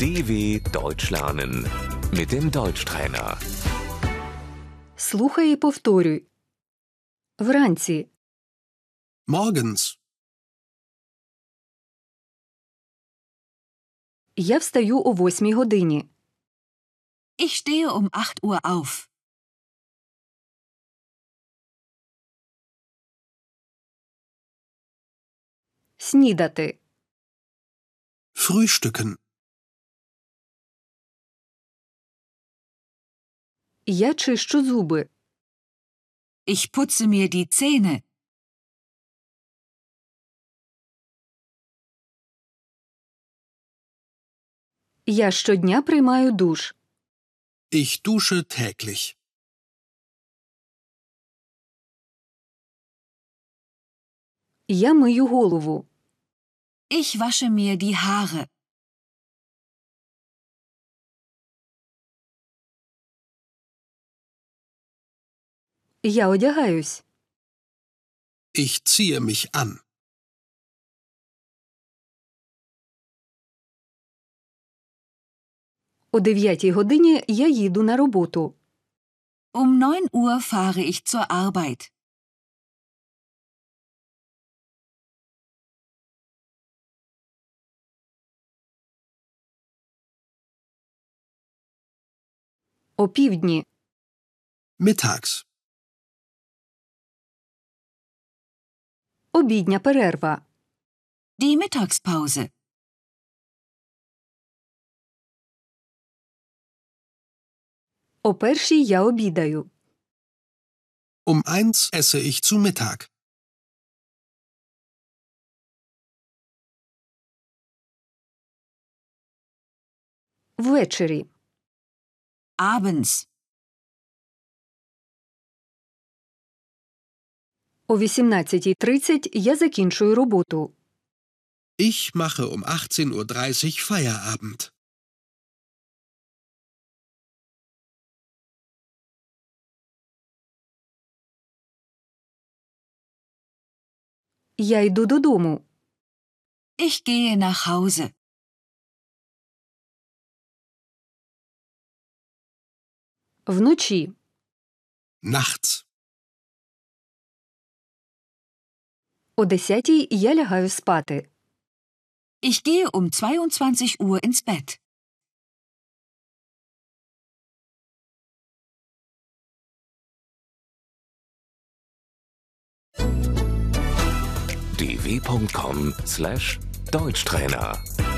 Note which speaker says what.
Speaker 1: DW Deutsch lernen mit dem Deutschtrainer.
Speaker 2: Слухай і повторюй. Вранці,
Speaker 3: Morgens.
Speaker 2: я встаю о восьмій годині.
Speaker 4: Ich stehe um 8 Uhr auf.
Speaker 2: Снідати.
Speaker 3: Frühstücken.
Speaker 2: Я чищу зуби.
Speaker 4: Ich putze mir die Zähne.
Speaker 2: Я щодня приймаю душ.
Speaker 3: Ich dusche täglich.
Speaker 2: Я мию голову.
Speaker 4: Ich wasche mir die Haare.
Speaker 2: Я одягаюсь.
Speaker 3: Ich ziehe mich an.
Speaker 2: О дев'ятій годині я їду на роботу.
Speaker 4: Um 9 Uhr fahre ich zur Arbeit.
Speaker 2: О півдні
Speaker 3: Mittags.
Speaker 2: обідня перерва.
Speaker 4: Die Mittagspause.
Speaker 2: О першій я обідаю.
Speaker 3: Um eins esse ich zu Mittag.
Speaker 2: Ввечері.
Speaker 4: Abends.
Speaker 2: О 18.30 я закінчую роботу.
Speaker 3: Ich mache um 18.30 Uhr Feierabend.
Speaker 2: Я йду додому.
Speaker 4: Ich gehe nach Hause.
Speaker 2: Вночі.
Speaker 3: Nachts.
Speaker 2: О 10-й я лягаю спати.
Speaker 4: Ich gehe um 22 Uhr ins Bett.
Speaker 1: dw.com/deutschtrainer